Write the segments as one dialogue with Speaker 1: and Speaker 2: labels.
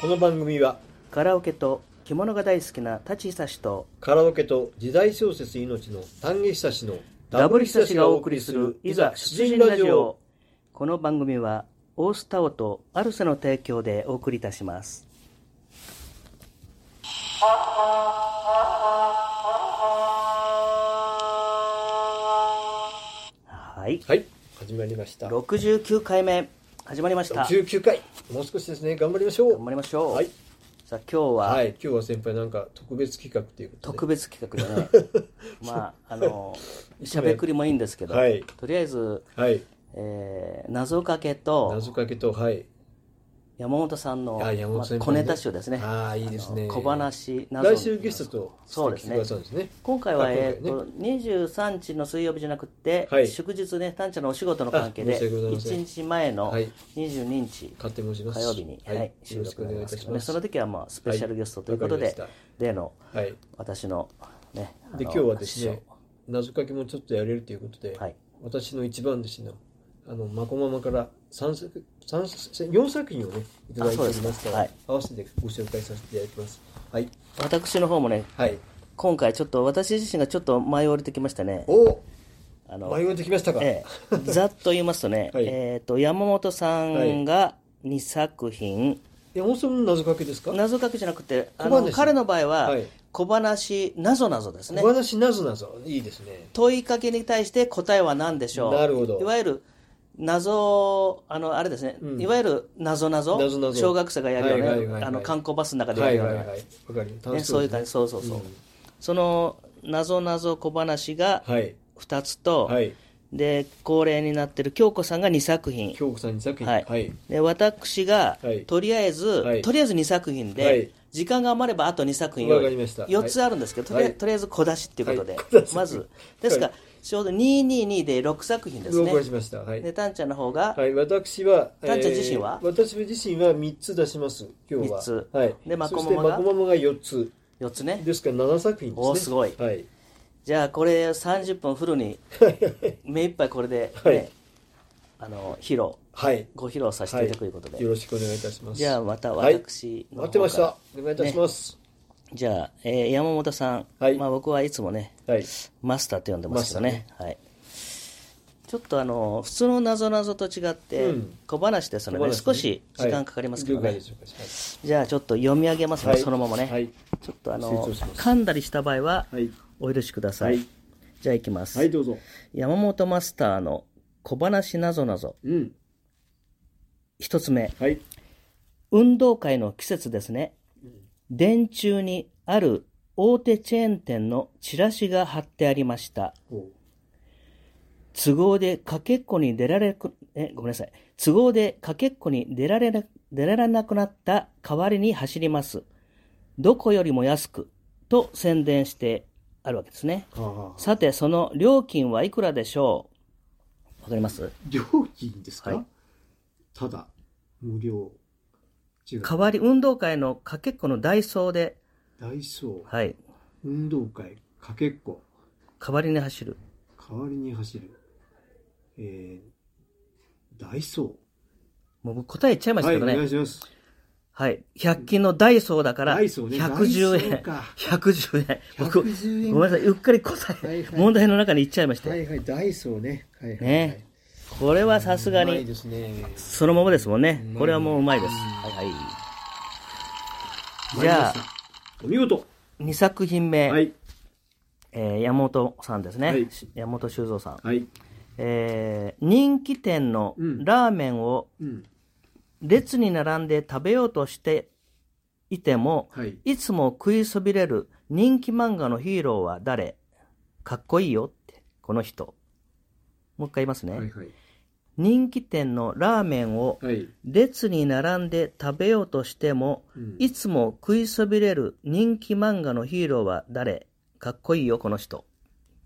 Speaker 1: この番組は
Speaker 2: カラオケと着物が大好きな舘久志と
Speaker 1: カラオケと時代小説命の丹下久志の
Speaker 2: ダブル久志がお送りするいざ出陣ラジオこの番組はオースタオとアルセの提供でお送りいたしますはい
Speaker 1: はい始まりました
Speaker 2: 69回目始まりました
Speaker 1: 19回もう少しですね頑張りましょう
Speaker 2: 頑張りましょう、
Speaker 1: はい
Speaker 2: さあ今日は、
Speaker 1: はい今日は先輩なんか特別企画ということで
Speaker 2: 特別企画だ ねまああのしゃべくりもいいんですけど、
Speaker 1: はい
Speaker 2: とりあえず、
Speaker 1: はい
Speaker 2: えー謎かけと
Speaker 1: 謎かけとはい
Speaker 2: 山本さんの、
Speaker 1: あ山本先輩ね
Speaker 2: まあ小ネタ集ですね
Speaker 1: ああいいですね
Speaker 2: あの小話謎
Speaker 1: 来週ゲストと
Speaker 2: そうで
Speaker 1: 来
Speaker 2: す
Speaker 1: てく
Speaker 2: ね
Speaker 1: ださるんですね
Speaker 2: 今回は、
Speaker 1: あ今回ね
Speaker 2: えー、と23日の水曜日じゃなくて、
Speaker 1: はい
Speaker 2: 祝日ね、タンちゃんのお仕事の関係
Speaker 1: あ
Speaker 2: で、
Speaker 1: 申し訳ございません
Speaker 2: 1日前の
Speaker 1: はい
Speaker 2: 22日、
Speaker 1: 勝手申します
Speaker 2: 火曜日に、はい
Speaker 1: はい
Speaker 2: 収録になりますけど
Speaker 1: よろしくお願
Speaker 2: ね、その
Speaker 1: いいたします
Speaker 2: 時は、まあ、スペシャルゲストということで、
Speaker 1: はいわかりま
Speaker 2: 例の
Speaker 1: はい
Speaker 2: 私の,、ね、あ
Speaker 1: で
Speaker 2: の
Speaker 1: 今日はですね
Speaker 2: 発
Speaker 1: 謎かけもちょっとやれるということで、
Speaker 2: はい
Speaker 1: 私の一番弟子のあのまこママから三作三作4作品をねいただいており
Speaker 2: あそう
Speaker 1: ま
Speaker 2: です
Speaker 1: す
Speaker 2: か
Speaker 1: から、
Speaker 2: はい
Speaker 1: 合わせてご紹介させていただきますはい
Speaker 2: 祥私の方もね、
Speaker 1: はい
Speaker 2: 今回、ちょっと私自身がちょっと迷われてきましたね、
Speaker 1: お
Speaker 2: あの
Speaker 1: 迷ってきましたか、
Speaker 2: え え、ざっと言いますとね、
Speaker 1: はい
Speaker 2: えー、と山本さんが2作品、
Speaker 1: え本当の謎かけですか
Speaker 2: 謎かけじゃなくてあ
Speaker 1: 小
Speaker 2: の
Speaker 1: 話
Speaker 2: 彼の場合は
Speaker 1: はい
Speaker 2: 小話なぞなぞですね
Speaker 1: 小話なぞなぞいいですね
Speaker 2: 問いかけに対して答えは何でしょう
Speaker 1: なるほど
Speaker 2: いわゆる謎あのあれですね、
Speaker 1: うん
Speaker 2: いわゆる謎なぞ
Speaker 1: 謎々
Speaker 2: 小学生がやるような、
Speaker 1: はいはいはいはい
Speaker 2: あの観光バスの中でや
Speaker 1: は
Speaker 2: る
Speaker 1: い
Speaker 2: よう
Speaker 1: は
Speaker 2: な、
Speaker 1: いはいわかる
Speaker 2: ね、そういう感じそうそうそう、その謎なぞ小話が
Speaker 1: はい
Speaker 2: 2つと、
Speaker 1: はい
Speaker 2: で恒例になってる京子さんが2作品
Speaker 1: 京子さんに作品
Speaker 2: はい
Speaker 1: はい
Speaker 2: で私が、
Speaker 1: はい
Speaker 2: とりあえず、
Speaker 1: はい
Speaker 2: とりあえず2作品で、
Speaker 1: はい
Speaker 2: 時間が余ればあと2作品用意
Speaker 1: わかりました
Speaker 2: 4つあるんですけど、とりあえ
Speaker 1: はい
Speaker 2: とりあえず小出しっていうことで、
Speaker 1: はい小出し
Speaker 2: まずですから、ちょうど222で6作品です
Speaker 1: 動
Speaker 2: ね
Speaker 1: かしましたはい
Speaker 2: でタンちゃんの方が、
Speaker 1: はい、私は、
Speaker 2: タンちゃん自身は
Speaker 1: えー私自身は3つ出します、今日は。
Speaker 2: 三つ
Speaker 1: はい、
Speaker 2: でマ
Speaker 1: そ
Speaker 2: コ
Speaker 1: し
Speaker 2: マ
Speaker 1: て
Speaker 2: マ
Speaker 1: マ
Speaker 2: が
Speaker 1: コママが4つ、
Speaker 2: 4つね
Speaker 1: ですから7作品ですね。
Speaker 2: おーすごい
Speaker 1: はい、
Speaker 2: じゃあこれ30分フルに目いっぱいこれで、ね
Speaker 1: はい
Speaker 2: あの披露
Speaker 1: はい、
Speaker 2: ご披露させていただくということで、
Speaker 1: よろしくお願いいたします。
Speaker 2: じゃあまた
Speaker 1: はい
Speaker 2: 私の方から
Speaker 1: 待ってました。お願いいたします。
Speaker 2: じゃあ、えー山本さん、
Speaker 1: はい
Speaker 2: まあ、僕はいつもね
Speaker 1: はい、
Speaker 2: マスターって呼んでますけどねはい、ちょっとあの普通のなぞなぞと違って
Speaker 1: うん
Speaker 2: 小話ですので、
Speaker 1: 小話ね
Speaker 2: 少し時間かかりますけどね、
Speaker 1: はい了解です了解です
Speaker 2: じゃあちょっと読み上げますね、
Speaker 1: はい
Speaker 2: そのままね、
Speaker 1: はい
Speaker 2: ちょっとあ
Speaker 1: 失
Speaker 2: の
Speaker 1: 礼します
Speaker 2: 噛んだりした場合は
Speaker 1: はい、
Speaker 2: お許しください、
Speaker 1: はい
Speaker 2: じゃあいきます、
Speaker 1: はい、どうぞ。
Speaker 2: 山本マスターの小話なぞなぞ
Speaker 1: うん、
Speaker 2: 一つ目
Speaker 1: はい、
Speaker 2: 運動会の季節ですね。電柱にある大手チェーン店のチラシが貼ってありました。
Speaker 1: おう
Speaker 2: 都合でかけっこに出られく、え、ごめんなさい。都合でかけっこに出られな、出られなくなった代わりに走ります。どこよりも安く、と宣伝してあるわけですね。
Speaker 1: はあはあ、
Speaker 2: さて、その料金はいくらでしょうわかります
Speaker 1: 料金ですか、
Speaker 2: はい
Speaker 1: ただ、無料。違う、
Speaker 2: 代わり、運動会のかけっこのダイソーで、
Speaker 1: ダイソー、
Speaker 2: はい。
Speaker 1: 運動会、かけっこ。
Speaker 2: 代わりに走る。
Speaker 1: 代わりに走る、えー、ダイソ
Speaker 2: もう僕答え言っちゃいま
Speaker 1: ー。
Speaker 2: した
Speaker 1: はい、
Speaker 2: けど
Speaker 1: お
Speaker 2: ね。
Speaker 1: 願いします。
Speaker 2: はい。100均のダイソーだから、
Speaker 1: ダイソーね
Speaker 2: 110
Speaker 1: ダイソ
Speaker 2: 円
Speaker 1: ーか。
Speaker 2: 110円。僕、ご
Speaker 1: 110
Speaker 2: め
Speaker 1: 円
Speaker 2: んなさい。うっかり答え、
Speaker 1: はいはい
Speaker 2: 問題の中に言っちゃいました。
Speaker 1: はいはい、ダイソーね。はいはい、はい。
Speaker 2: ね。これはさすが
Speaker 1: うまい
Speaker 2: に、
Speaker 1: ですね。
Speaker 2: そのままですもんね
Speaker 1: う。まい
Speaker 2: これはもううまいです。はいはい。
Speaker 1: 参り
Speaker 2: じ
Speaker 1: ま
Speaker 2: ゃあ
Speaker 1: した、お見事。
Speaker 2: 2作品目、
Speaker 1: はい、
Speaker 2: えー山本さんですね。
Speaker 1: はい
Speaker 2: 山本修造さん。
Speaker 1: はい。
Speaker 2: えー人気店の
Speaker 1: うん
Speaker 2: ラーメンを
Speaker 1: うん。
Speaker 2: 列に並んで食べようとしていても、
Speaker 1: はい。
Speaker 2: いつも食いそびれる人気漫画のヒーローは誰かっこいいよって、この人。もう一回言いますね。
Speaker 1: はいはい。
Speaker 2: 人気店のラーメンを
Speaker 1: はい。
Speaker 2: 列に並んで食べようとしても、
Speaker 1: うん
Speaker 2: いつも食いそびれる人気漫画のヒーローは誰かっこいいよ、この人。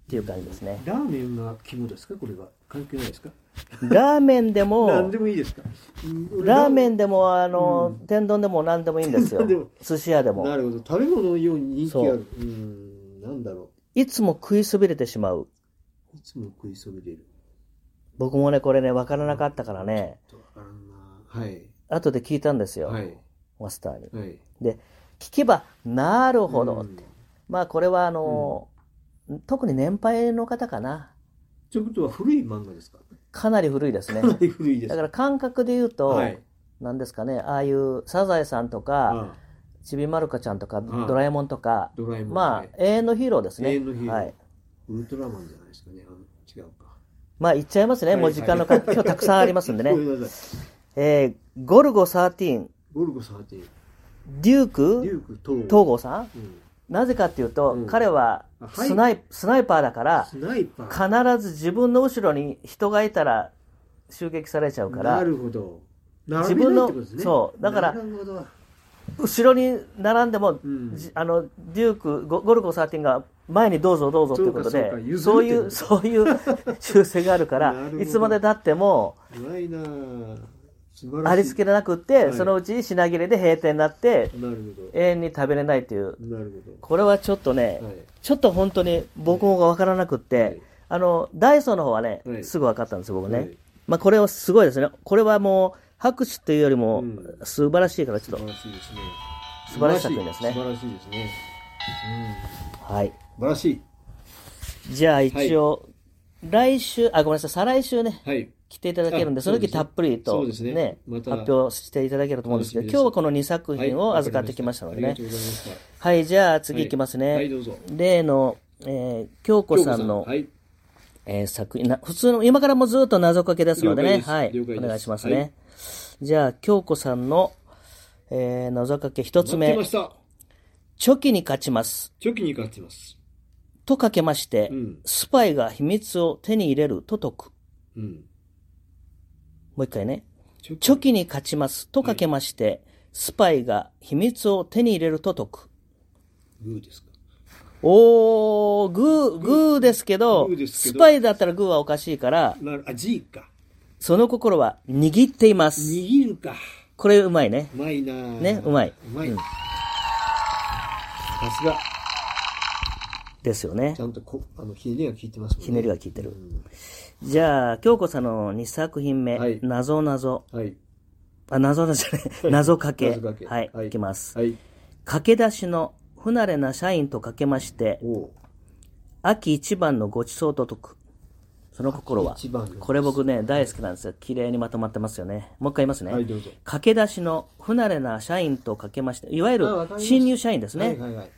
Speaker 2: っていう感じで
Speaker 1: 。
Speaker 2: すね
Speaker 1: ラーメンが肝ですかこれは。関係ないですか
Speaker 2: ラーメンで
Speaker 1: 何
Speaker 2: も
Speaker 1: で、もいいですかうん
Speaker 2: ラーメンでも、あの、天丼でも何でもいいんですよ
Speaker 1: 天丼でも。
Speaker 2: 寿司屋で
Speaker 1: な
Speaker 2: も。
Speaker 1: るほど。食べ物のように人気あ
Speaker 2: そ
Speaker 1: る。うん。なんだろ
Speaker 2: いつも食いそびれてしまう。
Speaker 1: う。いつも食いそびれる。
Speaker 2: 僕もね、これね、わからなかったからね。
Speaker 1: ちょっとわからんなはい。
Speaker 2: 後で聞いたんですよ。
Speaker 1: はい。
Speaker 2: マスターに。
Speaker 1: はい。
Speaker 2: で、聞けば、なるほど。
Speaker 1: うん
Speaker 2: まあ、これは、あの、特に年配の方かな。
Speaker 1: ということは古い漫画ですか
Speaker 2: かなり古いですね
Speaker 1: か。なり古いです。
Speaker 2: だから感覚で言うと、
Speaker 1: はい。
Speaker 2: なんですかね、ああいうサザエさんとか、
Speaker 1: ああ
Speaker 2: ちびまる子ちゃんとか、
Speaker 1: ん
Speaker 2: ドラえもんとか、
Speaker 1: ドラえもん。
Speaker 2: まあ
Speaker 1: はい、
Speaker 2: 永遠のヒーローですね。
Speaker 1: 永遠のヒーロー
Speaker 2: はい。
Speaker 1: ウルトラマンじゃないですかね。あの違うか。
Speaker 2: まあ、言っちゃいますね。
Speaker 1: はい
Speaker 2: もう時間のか、今日たくさんありますんで
Speaker 1: ご
Speaker 2: ね。
Speaker 1: めんなさい。
Speaker 2: えー、ゴルゴ13、
Speaker 1: ゴルゴ13、
Speaker 2: デュー
Speaker 1: デ
Speaker 2: ク
Speaker 1: ューク、東
Speaker 2: 東郷さん
Speaker 1: うん
Speaker 2: なぜかっていうと、
Speaker 1: うん
Speaker 2: 彼は
Speaker 1: はい
Speaker 2: スナイ、スナイパーだから、
Speaker 1: スナイパー。
Speaker 2: 必ず自分の後ろに人がいたら襲撃されちゃうか
Speaker 1: な
Speaker 2: ら、
Speaker 1: るほど。
Speaker 2: 自分
Speaker 1: 並べな
Speaker 2: の
Speaker 1: いってことですね
Speaker 2: そうだから
Speaker 1: なるほど。
Speaker 2: 後ろに並んでも、
Speaker 1: うん
Speaker 2: じあの、デューク、ゴゴルゴ13が前にどうぞどうぞということ
Speaker 1: そう
Speaker 2: で
Speaker 1: かそうか、譲
Speaker 2: そうい
Speaker 1: る
Speaker 2: う、そういう 習性があるか
Speaker 1: な
Speaker 2: ら
Speaker 1: るほ、ど
Speaker 2: いつまで経っても、
Speaker 1: うまいなぁ素晴らしい。
Speaker 2: ありつけなくって、
Speaker 1: はい
Speaker 2: そのうち品切れで閉店になって、
Speaker 1: なるほ
Speaker 2: 永遠に食べれないという、
Speaker 1: ど。なるほ
Speaker 2: これはちょっとね、
Speaker 1: ど。はい。
Speaker 2: ちょっと本当に僕もが分からなくって、
Speaker 1: はい
Speaker 2: あの、ダイソーの方はね、
Speaker 1: はい
Speaker 2: すぐ分かったんですよ、僕ね。
Speaker 1: はい
Speaker 2: まあ、これはすごいですね。これはもう、拍手というよりも
Speaker 1: うん、
Speaker 2: 素晴らしいから、ち
Speaker 1: 素
Speaker 2: ょっ
Speaker 1: 晴
Speaker 2: と、
Speaker 1: らしいですね。
Speaker 2: 素晴らしい作品ですね
Speaker 1: 素晴らしいですね。
Speaker 2: はい。
Speaker 1: 素晴らしい。
Speaker 2: じゃあ、一応、来週、あ、ごめんなさい、再来週ね、
Speaker 1: はい。
Speaker 2: 来ていただけるんで、
Speaker 1: あ
Speaker 2: その時たっぷり
Speaker 1: そ
Speaker 2: と
Speaker 1: う
Speaker 2: ね
Speaker 1: ですねまた
Speaker 2: 発表していただけると思うんですけど、
Speaker 1: 楽しみです
Speaker 2: 今日はこの2作
Speaker 1: はい
Speaker 2: 品を預かってきましたので
Speaker 1: あ
Speaker 2: ね
Speaker 1: り。がとうございました。
Speaker 2: はい、じゃあ、次行きますね。
Speaker 1: はい、どうぞ。
Speaker 2: 例の、えー京子さんの、
Speaker 1: はい。
Speaker 2: えー作品な、普通の、今からもずっと謎かけですので
Speaker 1: 了解
Speaker 2: ね、
Speaker 1: です
Speaker 2: はい、
Speaker 1: 了
Speaker 2: お
Speaker 1: 解です
Speaker 2: 願いします
Speaker 1: は
Speaker 2: ね。じゃあ、京子さんの、えー謎かけ一つ
Speaker 1: 待って
Speaker 2: 目
Speaker 1: ま、した。
Speaker 2: チョキに勝ちます。
Speaker 1: チョキに勝ってます。
Speaker 2: とかけまして、
Speaker 1: うん
Speaker 2: スパイが秘密を手に入れると解く。
Speaker 1: うん。
Speaker 2: もう一回ね。
Speaker 1: チョキ
Speaker 2: チョキに勝ちます。とかけまして、スパイが秘密を手に入れると解く。
Speaker 1: グーですか。
Speaker 2: おー、グー、グーですけど、
Speaker 1: グーですけど
Speaker 2: スパイだったらグーはおかしいから、
Speaker 1: なるあ、G か。
Speaker 2: その心は握っています。
Speaker 1: 握るか。
Speaker 2: これうまいね。
Speaker 1: うまいなぁ
Speaker 2: ねうまいう
Speaker 1: まい。
Speaker 2: うん
Speaker 1: さすが。
Speaker 2: ですよね
Speaker 1: ち。ゃんとこ、あの、ひねりが効いてますもんね。
Speaker 2: ひねりが効いてる
Speaker 1: う。ん
Speaker 2: じゃあ、京子さんの2作品目、
Speaker 1: はい
Speaker 2: 謎謎。
Speaker 1: はい。
Speaker 2: あ、謎謎じゃない、謎かけ。
Speaker 1: 謎かけ
Speaker 2: はい、
Speaker 1: はい
Speaker 2: いきます。
Speaker 1: はい。
Speaker 2: 駆け出しの不慣れな社員とかけまして、
Speaker 1: おう
Speaker 2: 秋一番のごちそうと解く。その心は
Speaker 1: 秋一番の。
Speaker 2: これ僕ね、大好きなんですよ。綺麗にまとまってますよね。もう一回言いますね。
Speaker 1: はいどうぞ
Speaker 2: 駆け出しの不慣れな社員とかけまして、いわゆる
Speaker 1: あわかりました
Speaker 2: 新入社員ですね。
Speaker 1: はいはいはい。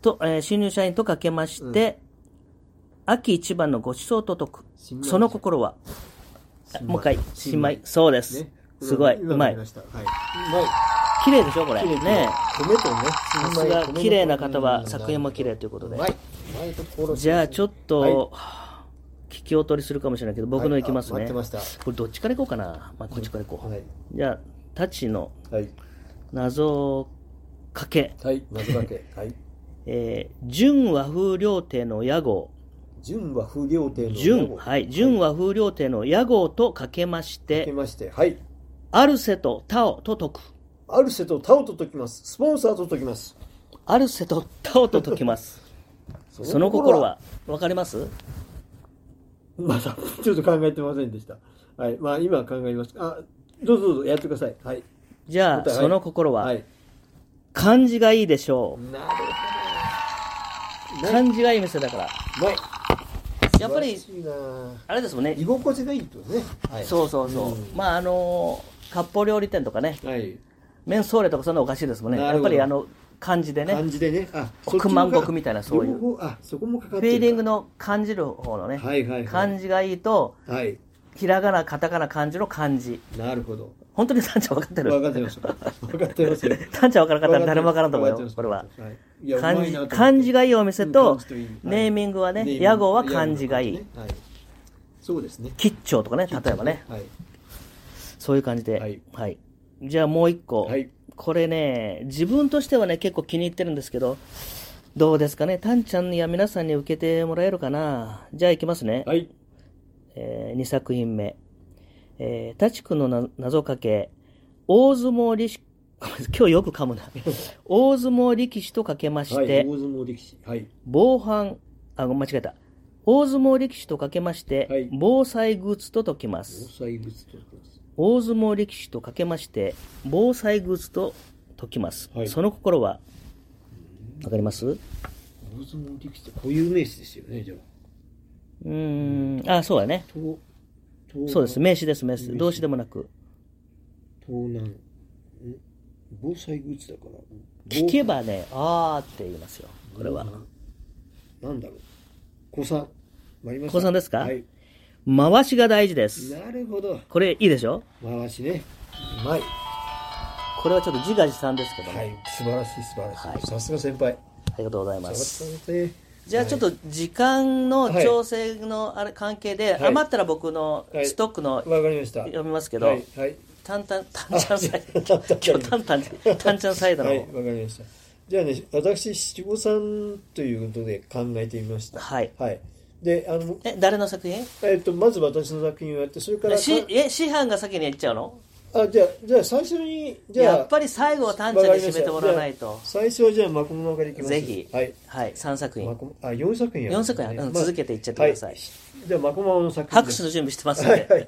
Speaker 2: と、えー新入社員とかけまして、秋一番のごちそうと解く。
Speaker 1: 新米
Speaker 2: その心は、あもう一回、新米。そうです。
Speaker 1: ね
Speaker 2: すごい、
Speaker 1: 今
Speaker 2: うま
Speaker 1: わかり
Speaker 2: い
Speaker 1: ま。したはい。う
Speaker 2: 綺麗でしょ、これ。
Speaker 1: まい。綺麗
Speaker 2: ね
Speaker 1: 米とね。
Speaker 2: さ
Speaker 1: 新
Speaker 2: す
Speaker 1: 米
Speaker 2: が
Speaker 1: 米の
Speaker 2: 綺麗な方は作品も綺麗ということで
Speaker 1: うまい。うまいところ。
Speaker 2: じゃあ、ちょっ
Speaker 1: はい
Speaker 2: と、聞き劣りするかもしれないけど、僕のいきます
Speaker 1: は
Speaker 2: ね。
Speaker 1: あ待ってまし
Speaker 2: これ、どっちからいこうかな。まあ、こっちからいこ
Speaker 1: た。
Speaker 2: う。
Speaker 1: はい。
Speaker 2: じゃあ、タチの
Speaker 1: はい。
Speaker 2: 謎かけ。
Speaker 1: はい。謎かけ。はい。
Speaker 2: えー純和風料亭の屋号。
Speaker 1: 純和風料亭の
Speaker 2: 純、はい。純和風料亭の屋号とかけまし
Speaker 1: け
Speaker 2: て、
Speaker 1: まして、はい。
Speaker 2: アルセとタオと解く。
Speaker 1: アルセとタオと解きます。スポンサーと解きます。
Speaker 2: アルセとタオと解 きます。その心は、わかります
Speaker 1: まだ、ちょっと考えてませんでした。はい。まあ、今考えます。あ、どうぞどうぞ、やってください。はい。
Speaker 2: じゃあ、
Speaker 1: 答えはい
Speaker 2: その心
Speaker 1: は
Speaker 2: は、
Speaker 1: い。
Speaker 2: 漢字がいいでしょ
Speaker 1: なる
Speaker 2: う。漢字がいい店だから。
Speaker 1: ほど。はい。
Speaker 2: やっぱり
Speaker 1: 素、晴らしいなぁ
Speaker 2: あれですもんね
Speaker 1: 居。心地がいいってことね。はい。
Speaker 2: そうそうそう。
Speaker 1: ん
Speaker 2: まあ、あのー、割烹料理店とかね、
Speaker 1: はい。
Speaker 2: メンソーレとかそんなおかしいですもんね。
Speaker 1: な
Speaker 2: や
Speaker 1: る
Speaker 2: っ
Speaker 1: ほ
Speaker 2: ぱ
Speaker 1: ど
Speaker 2: り、あの、漢字でね、
Speaker 1: 感じでね。あ、
Speaker 2: 億万石みたいなそういう
Speaker 1: 両方あ、そこもかか
Speaker 2: フ
Speaker 1: ってる
Speaker 2: ィーリングの感じる方のね、
Speaker 1: はいはいはい
Speaker 2: 漢字がいいと、
Speaker 1: はい。
Speaker 2: ひらがな、カタカナ、漢字の漢字。
Speaker 1: なるほ ど。
Speaker 2: 本当にタンちゃん分かって
Speaker 1: 分
Speaker 2: る
Speaker 1: かってます。分かってますよ。
Speaker 2: タンちゃん分からなかったら誰も
Speaker 1: わ
Speaker 2: 分からんと思う
Speaker 1: わ
Speaker 2: よ
Speaker 1: か、
Speaker 2: これは
Speaker 1: っ。てますいやうまいなと
Speaker 2: 漢
Speaker 1: 思
Speaker 2: 字
Speaker 1: って
Speaker 2: 漢字がいいお店
Speaker 1: う
Speaker 2: と
Speaker 1: ん漢字といいはい
Speaker 2: ネーミングは
Speaker 1: ネーミン
Speaker 2: ね
Speaker 1: グ
Speaker 2: 屋号は漢字がいい
Speaker 1: ねはいそうですね。
Speaker 2: 吉兆とかね例えばね
Speaker 1: はい。
Speaker 2: そういう感じでは
Speaker 1: はいい、
Speaker 2: じゃあもう一個、
Speaker 1: はい
Speaker 2: これね自分としてはね結構気に入ってるんですけどどうですかねタンちゃんや皆さんに受けてもらえるかなじゃあいきますね、
Speaker 1: はい。
Speaker 2: え2作品目「えー、タチ君のな謎かけ大相撲力士」 ごめんなさい今日よく噛む な大相撲力士とかけまして、
Speaker 1: はい。大相撲力士。はい。
Speaker 2: 防犯、あ、間違えた。大相撲力士とかけまして、
Speaker 1: はい
Speaker 2: 防災グッズと解きま
Speaker 1: 防
Speaker 2: す。
Speaker 1: 災物と言います。
Speaker 2: 大相撲力士とかけまして、防災グッズと解きます。
Speaker 1: はい
Speaker 2: その心は、わかりますう
Speaker 1: 大相撲力士って固有名詞ですよねじゃあ
Speaker 2: ーん、あ、そうやね。
Speaker 1: 東東
Speaker 2: そうです。名詞です、名詞
Speaker 1: 名。詞
Speaker 2: 動詞でもなく。
Speaker 1: 東南ん防災グッズだから
Speaker 2: 聞けばね、あーって言いますよ。これは。
Speaker 1: なんだろう子さん参りました
Speaker 2: 古参ですか
Speaker 1: はい
Speaker 2: 回しが大事です。
Speaker 1: なるほど
Speaker 2: これいいでしょ
Speaker 1: 回しねうまい
Speaker 2: これはちょっと自画自賛ですけどね。
Speaker 1: はい素晴らしい素晴らしい、
Speaker 2: はい
Speaker 1: さすが先輩
Speaker 2: ありがとうござい
Speaker 1: さ
Speaker 2: ます。
Speaker 1: すが先
Speaker 2: じゃあちょっと時間の調整のあれ関係で、
Speaker 1: い
Speaker 2: 余ったら僕のストックの
Speaker 1: 輩わかりました
Speaker 2: 読みますけど、
Speaker 1: はいはい
Speaker 2: タンタン、タンチャンサイ
Speaker 1: あタンタン
Speaker 2: 今日タンタン、タンチャンサイダー
Speaker 1: は
Speaker 2: の
Speaker 1: いわ
Speaker 2: 方、
Speaker 1: かりましたじゃあね私七五三ということで考えてみました
Speaker 2: はい
Speaker 1: はいであの
Speaker 2: え、誰の作品
Speaker 1: えっとまず私の作品をやってそれから
Speaker 2: えしえ、師範が先にやっちゃうの
Speaker 1: あじゃあじゃあ最初にじゃあ
Speaker 2: やっぱり最後はタンチャンに締めてもらわないと
Speaker 1: わかりま。したじゃあ最初はじゃあマコモマからいきます
Speaker 2: ぜひ、
Speaker 1: はい
Speaker 2: はい、3作
Speaker 1: マ
Speaker 2: 品。
Speaker 1: コモあ4作品あるん
Speaker 2: 4
Speaker 1: です
Speaker 2: 作
Speaker 1: ね
Speaker 2: 品、うん
Speaker 1: まあ
Speaker 2: 続けていっちゃってください。
Speaker 1: はじゃあマコモマの作品で
Speaker 2: 拍手
Speaker 1: す
Speaker 2: の準備してますん
Speaker 1: はいは
Speaker 2: で。
Speaker 1: い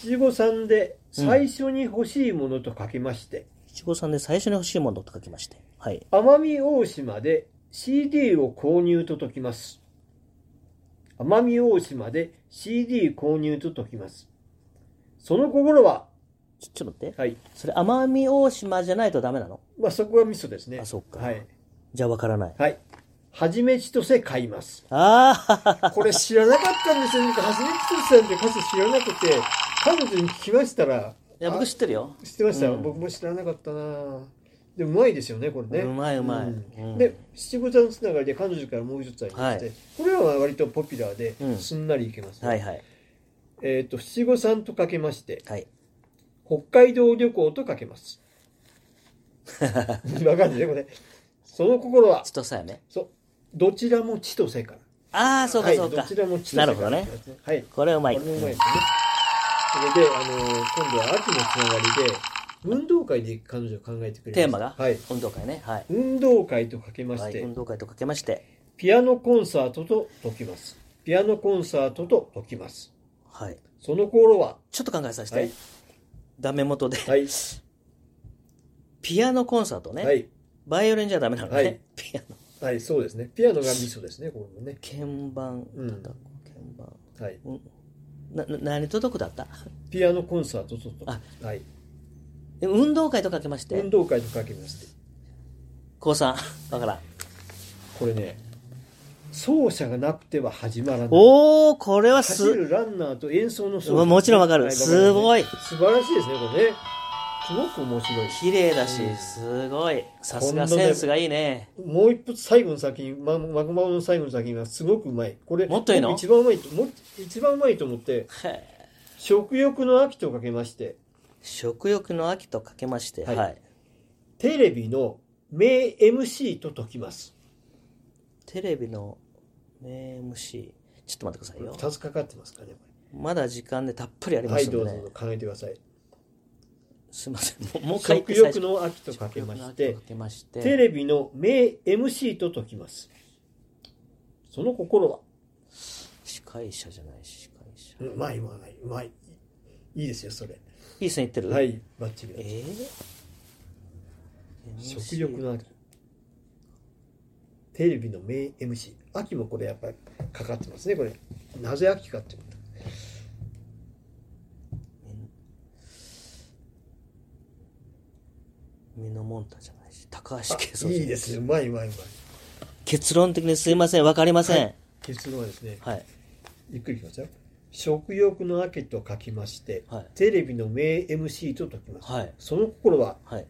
Speaker 1: 七五三で最初に欲しいものと書きまして、
Speaker 2: 七五三で最初に欲しいものと書きまして。はい。
Speaker 1: 奄美大島で CD を購入と解きます奄美大島で CD 購入と解きますその心は
Speaker 2: ちょ、ちょっと待って。
Speaker 1: はい
Speaker 2: それ、奄美大島じゃないとダメなの
Speaker 1: まあそこがミソですね
Speaker 2: あそっか
Speaker 1: はい
Speaker 2: じゃあわからない。
Speaker 1: はいはじめちとせ買います
Speaker 2: ああ、
Speaker 1: これ知らなかったんですよ。なんか、初めてさんって数知らなくて、彼女に聞きましたら、
Speaker 2: いや、僕知ってるよ。
Speaker 1: あ知ってました、
Speaker 2: うん
Speaker 1: 僕も知らなかったなでもうまいですよね、これね。
Speaker 2: うまいうまい
Speaker 1: ん
Speaker 2: うん
Speaker 1: で、七五三つながりで彼女からもう一つありまして、
Speaker 2: はい
Speaker 1: これは割とポピュラーで、
Speaker 2: うん
Speaker 1: すんなりいけます、
Speaker 2: はいはい。
Speaker 1: えっ、と、七五三とかけまして、
Speaker 2: はい。
Speaker 1: 北海道旅行とかけ ます。わかんないね、これ。その心は
Speaker 2: ち、とさやね。
Speaker 1: そう、どちらも地と世から。
Speaker 2: ああ、そうかそう
Speaker 1: はい、
Speaker 2: か
Speaker 1: どち。らも地と世
Speaker 2: な
Speaker 1: から
Speaker 2: るほどね。
Speaker 1: はい。
Speaker 2: これはうまい。
Speaker 1: これもうまいですね。それで、あの今度は秋のつながりで、運動会で彼女を考えてくれました
Speaker 2: テーマが
Speaker 1: はい。
Speaker 2: 運動会ね。はい。
Speaker 1: 運動会とかけま
Speaker 2: は
Speaker 1: し
Speaker 2: い
Speaker 1: て、
Speaker 2: 運動会とかけまして。
Speaker 1: ピアノコンサートと解きます。ピアノコンサートと解きます。
Speaker 2: はい。
Speaker 1: その頃は、
Speaker 2: ちょっと考えさせ
Speaker 1: は
Speaker 2: て
Speaker 1: い。。
Speaker 2: ダメ元で。
Speaker 1: はい。
Speaker 2: ピアノコンサート
Speaker 1: は
Speaker 2: ね。
Speaker 1: い。
Speaker 2: バイオリンじゃダメなの
Speaker 1: は
Speaker 2: ね
Speaker 1: い。
Speaker 2: ピアノ。
Speaker 1: はい、そうですね。ピアノがミソですね、これもね。
Speaker 2: 鍵盤
Speaker 1: うん
Speaker 2: 叩く。鍵盤。
Speaker 1: はい。
Speaker 2: うんな、な、何とどこだった
Speaker 1: ピアノコンサートと
Speaker 2: あ
Speaker 1: と。はい。
Speaker 2: で運動会とかけまし
Speaker 1: 運
Speaker 2: て。
Speaker 1: 動会とかけまして、
Speaker 2: 高三。わからん。
Speaker 1: これね、奏者がなくては始まらない。
Speaker 2: おー、これは
Speaker 1: 走
Speaker 2: す、
Speaker 1: るランナーと演奏の奏
Speaker 2: うわもちろんわかるすごい
Speaker 1: 素晴らしいですねこれねすごく面白い
Speaker 2: 綺麗だし、すごい。さすが
Speaker 1: 今度ね
Speaker 2: センスがいいね。
Speaker 1: もう一発最後の作品ママグマの最後の作品がすごくうまいこれ
Speaker 2: もっといいの
Speaker 1: 僕一番うまいともっ一番うまいと思って
Speaker 2: へー
Speaker 1: 食欲の秋とかけまして
Speaker 2: 食欲の秋とかけまして、は。
Speaker 1: はいいテレビの名 MC と解きます
Speaker 2: テレビの名 MC。ちょっと待ってくださいよ。
Speaker 1: 2つかかってますからねこ
Speaker 2: まだ時間でたっぷりあ
Speaker 1: れ
Speaker 2: りま
Speaker 1: はい
Speaker 2: す
Speaker 1: ど
Speaker 2: の
Speaker 1: う
Speaker 2: で、
Speaker 1: ぞどうぞ考えてください
Speaker 2: すみません。もうもう一回
Speaker 1: 食欲の秋とかけまし
Speaker 2: 食欲の秋
Speaker 1: て
Speaker 2: とかけまして
Speaker 1: テレビの名 MC と解きますその心は
Speaker 2: 司会者じゃない司会者。
Speaker 1: うまいうまいうまいいいですよそれ
Speaker 2: いい線いってる。。
Speaker 1: はいいバッチリ
Speaker 2: えー、
Speaker 1: 食欲の秋テレビの名 MC 秋もこれやっぱりかかってますねこれなぜ秋かってこと
Speaker 2: ミノモンタじゃないし、高橋
Speaker 1: あ
Speaker 2: 圭三
Speaker 1: いいですようまいうまいうまい
Speaker 2: 結論的にすいません。わかりません。
Speaker 1: 結論はですね
Speaker 2: はい。
Speaker 1: ゆっくりいきますよ食欲の秋と書きまして、
Speaker 2: はい
Speaker 1: テレビの名 MC と解きます、
Speaker 2: はい
Speaker 1: その心は
Speaker 2: はい。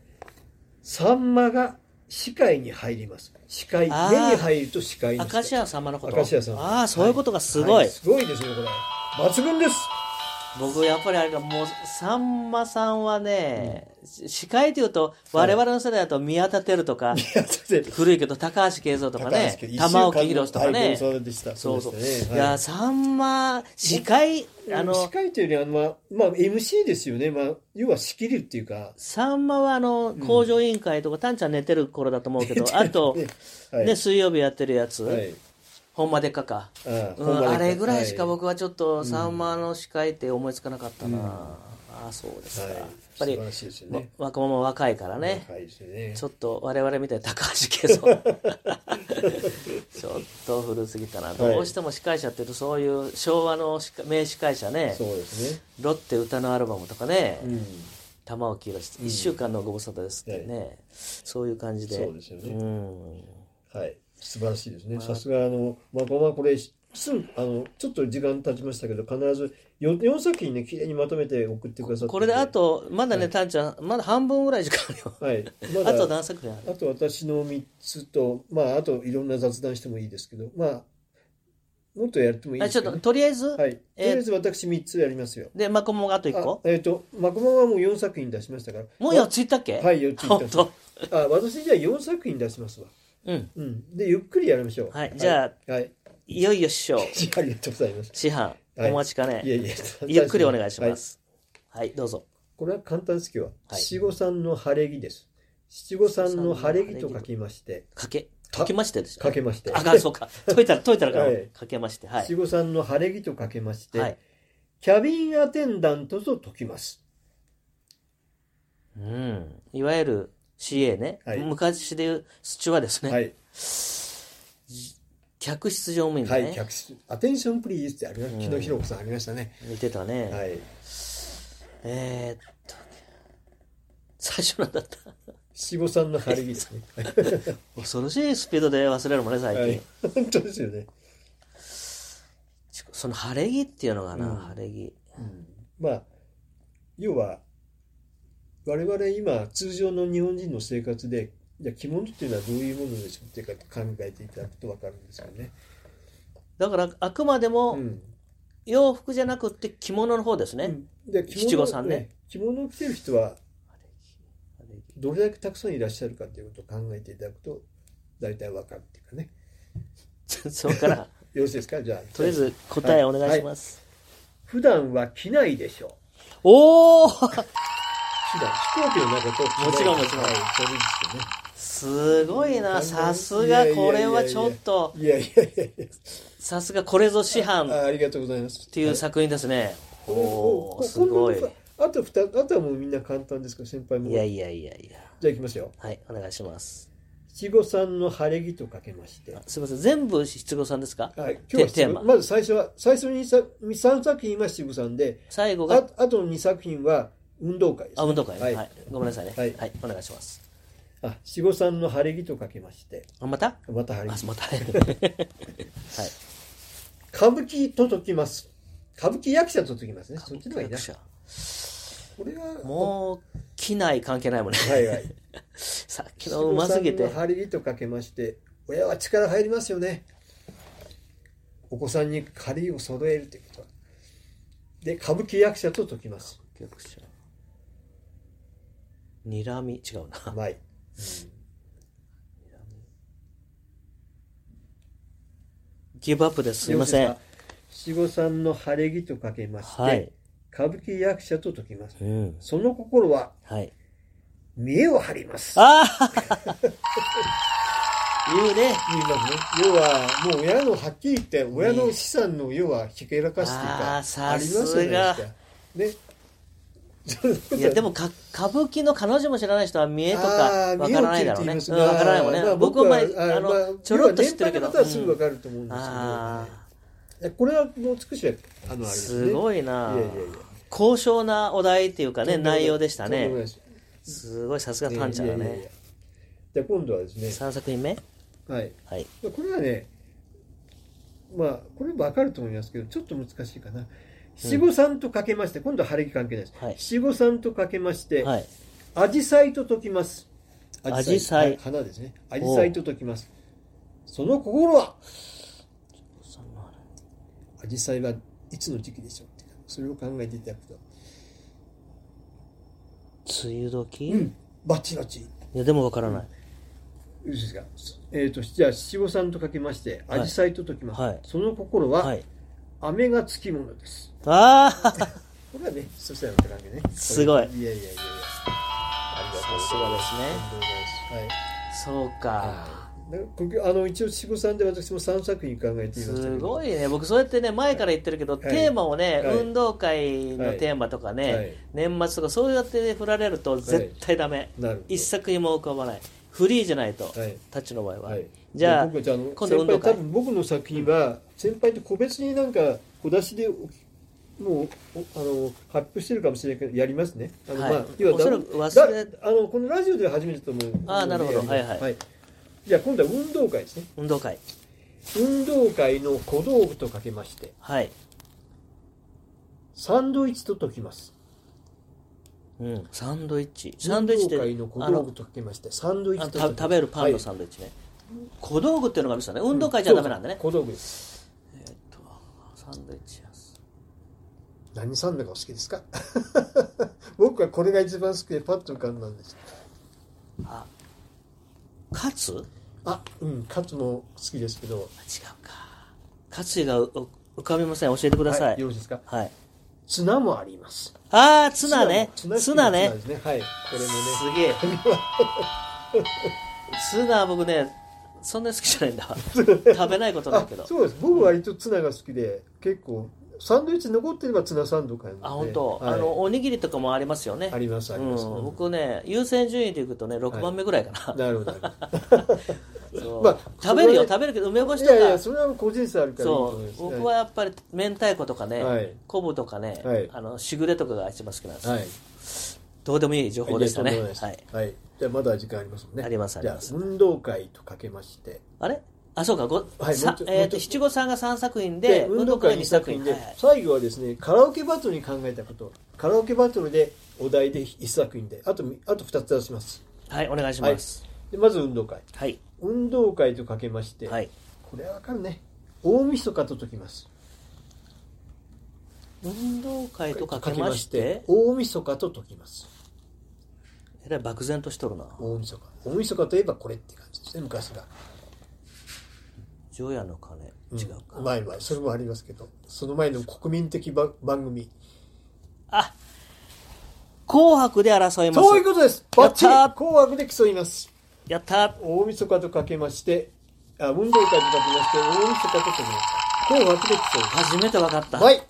Speaker 1: サンマが視界に入ります視界目に
Speaker 2: あー
Speaker 1: 入ると視界に
Speaker 2: 明石家さんまのこと。
Speaker 1: 明石家さんま
Speaker 2: ああ、そういうことがすご。
Speaker 1: はいすごいですよこれ抜群です
Speaker 2: 僕やっぱりあれかもうさんまさんはね、司会というと我々の世代だと宮田輝とか、
Speaker 1: いや先生
Speaker 2: 古いけど高橋圭三とかね
Speaker 1: 高橋家
Speaker 2: 玉置宏とか
Speaker 1: はい
Speaker 2: ね
Speaker 1: ご無沙汰でした
Speaker 2: そうそう
Speaker 1: でした
Speaker 2: い
Speaker 1: ねはい
Speaker 2: やさんま司会あ
Speaker 1: 司
Speaker 2: の
Speaker 1: 会というよりは、まあまあ、MC ですよね、まあ、要は仕切るっていうか、
Speaker 2: さんまはあの工場委員会とか、たんちゃん寝てる頃だと思うけどあ と、
Speaker 1: ねはい
Speaker 2: ね水曜日やってるやつ、
Speaker 1: はい
Speaker 2: ほんまでっかか、
Speaker 1: あ
Speaker 2: う
Speaker 1: ほんまで
Speaker 2: ん、
Speaker 1: っか
Speaker 2: あれぐらいしか
Speaker 1: は
Speaker 2: 僕はちょっとさんまの司会って思いつかなかったな、ああそうです
Speaker 1: い
Speaker 2: か、
Speaker 1: はい
Speaker 2: ぱり
Speaker 1: 素晴らしいですよね。
Speaker 2: わ若者は若いからね、
Speaker 1: 若いですよね
Speaker 2: ちょっと我々みたいな高橋圭さん ちょっと古すぎたな、どうしても司会者っていうとそういう昭和の司会名司会者ね
Speaker 1: そうですね。
Speaker 2: ロッテ歌のアルバムとかね、
Speaker 1: うん。
Speaker 2: 玉置宏一週間のご無沙汰ですってね、そういう感じで
Speaker 1: そうですよね
Speaker 2: ん
Speaker 1: はい。素晴らしいですね。さすが、あの、まこまこれ、すあの、ちょっと時間経ちましたけど、必ず4、四作品ね、綺麗にまとめて送ってくださって。
Speaker 2: これであ、とまだね、
Speaker 1: はい
Speaker 2: たんちゃんまだ半分ぐらい時間あるよ、
Speaker 1: はい。まだ
Speaker 2: あと何作品ある
Speaker 1: あと私の3つと、まあ、あといろんな雑談してもいいですけど、まあ、もっとやってもいい
Speaker 2: あ
Speaker 1: で
Speaker 2: ち
Speaker 1: す
Speaker 2: ょっ
Speaker 1: か、
Speaker 2: と
Speaker 1: ね。
Speaker 2: とりあえず、
Speaker 1: はい。と
Speaker 2: えー
Speaker 1: りあえず私3つやりますよ。
Speaker 2: でマコモがあと1個
Speaker 1: あえっ、と、マコマはもう4作品出しましたから。
Speaker 2: もう4ついったっけ、
Speaker 1: はい、4つ
Speaker 2: 本当
Speaker 1: 出しあ、私じゃあ4作品出しますわ。
Speaker 2: うん
Speaker 1: うん。で、ゆっくりやりましょう。
Speaker 2: はいじゃ
Speaker 1: あ。はい。
Speaker 2: いよいよ師匠
Speaker 1: じゃあありがとうございます。
Speaker 2: 師範
Speaker 1: はい
Speaker 2: お待ちかね
Speaker 1: いえいえ。
Speaker 2: ゆっくりお願いし
Speaker 1: は
Speaker 2: ま。すはい、どうぞ
Speaker 1: これは簡単です今日は。
Speaker 2: はい
Speaker 1: 七五三の晴れ着です。七五三の晴れ着と書きまして、
Speaker 2: かけかけましてです
Speaker 1: かけまして。
Speaker 2: あかそうか解いたら解いたらか、
Speaker 1: はい
Speaker 2: かけましてはい
Speaker 1: 七五三の晴れ着とかけまして、
Speaker 2: はい
Speaker 1: キャビンアテンダントと解きます。
Speaker 2: うんいわゆる CA ね、
Speaker 1: はい
Speaker 2: 昔でいうスチュワですね、
Speaker 1: はい。
Speaker 2: 客室乗務員
Speaker 1: は
Speaker 2: だね、
Speaker 1: い。客室。アテンションプリーズってありました。木野ひろ子さんありましたね。
Speaker 2: 見てたね、
Speaker 1: はい。
Speaker 2: えー、っと最初なんだった
Speaker 1: 七五三の晴れ着ですね。
Speaker 2: 恐ろしいスピードで忘れるもんね最近、
Speaker 1: はい。 本当ですよね。
Speaker 2: ちその晴れ着っていうのがな、
Speaker 1: うん
Speaker 2: 晴れ着
Speaker 1: まあ、要は、我々今、通常の日本人の生活で、じゃあ着物っていうのはどういうものでしょうっていうか考えていただくと分かるんですよね。
Speaker 2: だからあくまで
Speaker 1: う
Speaker 2: も
Speaker 1: ん
Speaker 2: 洋服じゃなくって着物の方ですね、
Speaker 1: で着物
Speaker 2: 七五三ね
Speaker 1: 着物を着てる人は
Speaker 2: 晴れ着
Speaker 1: どれだけたくさんいらっしゃるかということを考えていただくと大体わかるっていうかね
Speaker 2: それから
Speaker 1: よろしいですかじゃあ
Speaker 2: とりあえず答えお願い します。
Speaker 1: 普段は着ないでしょう
Speaker 2: おおー
Speaker 1: 普段飛行機の中と
Speaker 2: もちろんもちろん
Speaker 1: はいそうですよね
Speaker 2: すごいな、さすが、これはちょっと、
Speaker 1: いやいやいやいや
Speaker 2: さすが、これぞ師範っ
Speaker 1: あありがとうございますって
Speaker 2: いう作品ですね。お
Speaker 1: こ
Speaker 2: おすごい。
Speaker 1: こんなことあと二つあとはもうみんな簡単ですから先輩も
Speaker 2: いやいやいやいや。
Speaker 1: じゃあいきますよ
Speaker 2: はい、お願いします。
Speaker 1: 七五三の晴れ着とかけまして
Speaker 2: あすみません、全部七五三ですか
Speaker 1: はい今日は
Speaker 2: テーマ
Speaker 1: 七五まず最初は最初にさ三作品は七五三で
Speaker 2: 最後
Speaker 1: あ
Speaker 2: が、
Speaker 1: あとの2作品は運動会です、
Speaker 2: あ、運動会ね、
Speaker 1: は
Speaker 2: はいい。ごめんなさいね。
Speaker 1: は
Speaker 2: はいい、お願いします。
Speaker 1: あ七五三の晴れ着とかけまして
Speaker 2: あまた
Speaker 1: また
Speaker 2: あ、
Speaker 1: 晴れ着
Speaker 2: また。はい。
Speaker 1: 歌舞伎と解きます歌舞伎役者と解きますねそっちの方がいいな
Speaker 2: 役者
Speaker 1: これは
Speaker 2: もう、機内関係ないもんね。
Speaker 1: はい はい
Speaker 2: さっきのうます
Speaker 1: 七
Speaker 2: ぎ
Speaker 1: 五
Speaker 2: て
Speaker 1: 三の。晴れ着とかけまして親は力入りますよねお子さんに借りを揃えるということはで歌舞伎役者と解きます
Speaker 2: 逆者にらみ違うな
Speaker 1: うまい
Speaker 2: ギブアップですすいませ
Speaker 1: よ
Speaker 2: ん
Speaker 1: ろしいですか七五三の晴れ着とかけまして、
Speaker 2: はい
Speaker 1: 歌舞伎役者と解きます
Speaker 2: うん
Speaker 1: その心は
Speaker 2: はい
Speaker 1: 見栄を張ります。
Speaker 2: あ あ言うね
Speaker 1: 見えますね。要は、もう親の、はっきり言って、親の資産の要はひけらかしっていうか、
Speaker 2: あーさすが
Speaker 1: ありますよね。ね。
Speaker 2: いやでもか歌舞伎の彼女も知らない人は見栄とかわからないだろうねうんわからないもんね、僕も前あの、ちょろっと知ってるけど、
Speaker 1: あー見栄を切るいう意味ですがまあまあ要は年配の方はすぐわ
Speaker 2: うん
Speaker 1: かると思うんですけど、
Speaker 2: あ
Speaker 1: いやこれはもう少しは、あの、あれ
Speaker 2: あ
Speaker 1: ですね。
Speaker 2: すごい
Speaker 1: いや
Speaker 2: ない
Speaker 1: やいや。
Speaker 2: 高尚なお題っていうかね内容でした
Speaker 1: とんでもない
Speaker 2: ね
Speaker 1: です
Speaker 2: すごいさすがタンちゃんだ
Speaker 1: いやいやいや
Speaker 2: ね
Speaker 1: じゃあ今度はですね、
Speaker 2: 3作品目
Speaker 1: はい。
Speaker 2: はい
Speaker 1: まあこれはねまあこれもわかると思いますけどちょっと難しいかな七五三とかけまして、今度は晴れ着関係ないです、
Speaker 2: はい
Speaker 1: 七五三とかけまして
Speaker 2: はい
Speaker 1: 紫陽花と解きます
Speaker 2: 紫陽花
Speaker 1: はい花ですね紫陽花と解きますその心は紫陽花はいつの時期でしょうっていうそれを考えていただくと
Speaker 2: 梅雨時、
Speaker 1: うんバチバチ
Speaker 2: いやでもわからない、
Speaker 1: よろしいですかえー、とじゃあ七五三とかけまして
Speaker 2: はい
Speaker 1: 紫陽花と解きます、
Speaker 2: はい
Speaker 1: その心は、
Speaker 2: はい
Speaker 1: 雨がつきものです
Speaker 2: あ あ
Speaker 1: これはね、そしたらって感じね。
Speaker 2: す
Speaker 1: い
Speaker 2: ごい
Speaker 1: やいやいやいや。ありがとうございます。
Speaker 2: さす
Speaker 1: ありがとう
Speaker 2: がですね
Speaker 1: ございます。はい。
Speaker 2: そうか、
Speaker 1: はなんか結局あの一応七五三で私も3作品考えていましたけ
Speaker 2: す
Speaker 1: ど
Speaker 2: ごいね僕そうやってね前から言ってるけど、
Speaker 1: い
Speaker 2: テーマをね、
Speaker 1: はい
Speaker 2: 運動会のテーマとかね、
Speaker 1: はい
Speaker 2: 年末とかそうやって、ね、振られると絶対ダメ、
Speaker 1: なるほど
Speaker 2: 一作品も浮かばないフリーじゃないと、
Speaker 1: はい
Speaker 2: タッチの場合は、
Speaker 1: はい、
Speaker 2: じゃあ
Speaker 1: 僕じゃああの
Speaker 2: 今度運動会
Speaker 1: 先輩多分僕の作品は先輩と個別になんか小出しでもうおあの発表してるかもしれないけどやりますねあの、
Speaker 2: はい
Speaker 1: まあ要
Speaker 2: おそらく忘れ
Speaker 1: だあのこのラジオでは初めてと思う
Speaker 2: あーなるほど
Speaker 1: やります
Speaker 2: はいはい
Speaker 1: じゃあ今度は運動会ですね
Speaker 2: 運動会
Speaker 1: 運動会の小道具とかけまして
Speaker 2: はい、
Speaker 1: サンドイッチと解きます
Speaker 2: うん、サンドイッチサンドイッチって
Speaker 1: 運動会の小
Speaker 2: あ
Speaker 1: 道具
Speaker 2: の
Speaker 1: とかけましてサンドイッ
Speaker 2: あ
Speaker 1: チ
Speaker 2: の
Speaker 1: と解き
Speaker 2: た
Speaker 1: ます
Speaker 2: 食べるパンの
Speaker 1: はい
Speaker 2: サンドイッチね、小道具っていうのがあるんですよね運動会じゃダメなんでね、
Speaker 1: そうそう小道具です
Speaker 2: えーっとサンドイッチやす
Speaker 1: 何サンドがお好きですか 僕はこれが一番好きでパッと浮かんだんです
Speaker 2: あカツ
Speaker 1: あうんカツも好きですけど
Speaker 2: あ違うかカツがう浮かびません教えてください
Speaker 1: よろしいですか
Speaker 2: はい、
Speaker 1: ツナもあります
Speaker 2: ああツナねツナ
Speaker 1: 好きな
Speaker 2: ね
Speaker 1: ツナですねはいこれもね
Speaker 2: すげえツナ僕ねそんなに好きじゃないんだ わ食べないことだけど
Speaker 1: あそうです僕は割とツナが好きで結構サンドイッチ残ってればツナサンド買います、ね、
Speaker 2: あ本当、
Speaker 1: はい
Speaker 2: あのおにぎりとかもありますよね
Speaker 1: ありますあります、
Speaker 2: うん、僕ね優先順位でいくとね6番目ぐらいかな、
Speaker 1: なるほどなるほど
Speaker 2: そう
Speaker 1: まあ
Speaker 2: 食べる
Speaker 1: そ
Speaker 2: よ
Speaker 1: れはね
Speaker 2: 食べるけど梅干し
Speaker 1: い
Speaker 2: とか
Speaker 1: やいや、それは個人差あるからいいと
Speaker 2: そ
Speaker 1: 思いま
Speaker 2: う
Speaker 1: す。
Speaker 2: 僕はやっぱり明太子とかね、
Speaker 1: はい
Speaker 2: 昆布とかね、
Speaker 1: はい
Speaker 2: あのしぐれとかが一番好きなんです、
Speaker 1: はい。
Speaker 2: どうでもいい情報でしたね
Speaker 1: いやとんでもないです
Speaker 2: はい、
Speaker 1: はい。じゃあまだ時間ありますもんね。
Speaker 2: ありますあります
Speaker 1: じゃあ運動会とかけまして。
Speaker 2: あれあそうかご、
Speaker 1: はい
Speaker 2: さ
Speaker 1: もうちょ
Speaker 2: えー
Speaker 1: もうち
Speaker 2: と
Speaker 1: ょ
Speaker 2: 七五三が3作品で運動会2作品
Speaker 1: で
Speaker 2: はいはい、
Speaker 1: 最後はですね、カラオケバトルに考えたこと。カラオケバトルでお題で1作品で、あと、あと2つ出します。
Speaker 2: はい、お願いします
Speaker 1: で、まず運動会。
Speaker 2: はい
Speaker 1: 運動会とかけまして、
Speaker 2: はい
Speaker 1: これはわかるね。大晦日と解きます。
Speaker 2: 運動会とかけまして
Speaker 1: 大晦日と解きます。
Speaker 2: えらい漠然としとるな
Speaker 1: 大晦日。大晦日といえばこれって感じですね、昔が。
Speaker 2: 除夜の鐘違うか、
Speaker 1: 前はそれもありますけどその前の国民的ば番組
Speaker 2: あ紅白で争います
Speaker 1: そういうことですバッチリ
Speaker 2: やったー
Speaker 1: 紅白で競います
Speaker 2: やった
Speaker 1: 大晦日とかけましてあ運動会とかけまして大晦日とかけました紅白で競いま
Speaker 2: 初めて分かった、
Speaker 1: すはい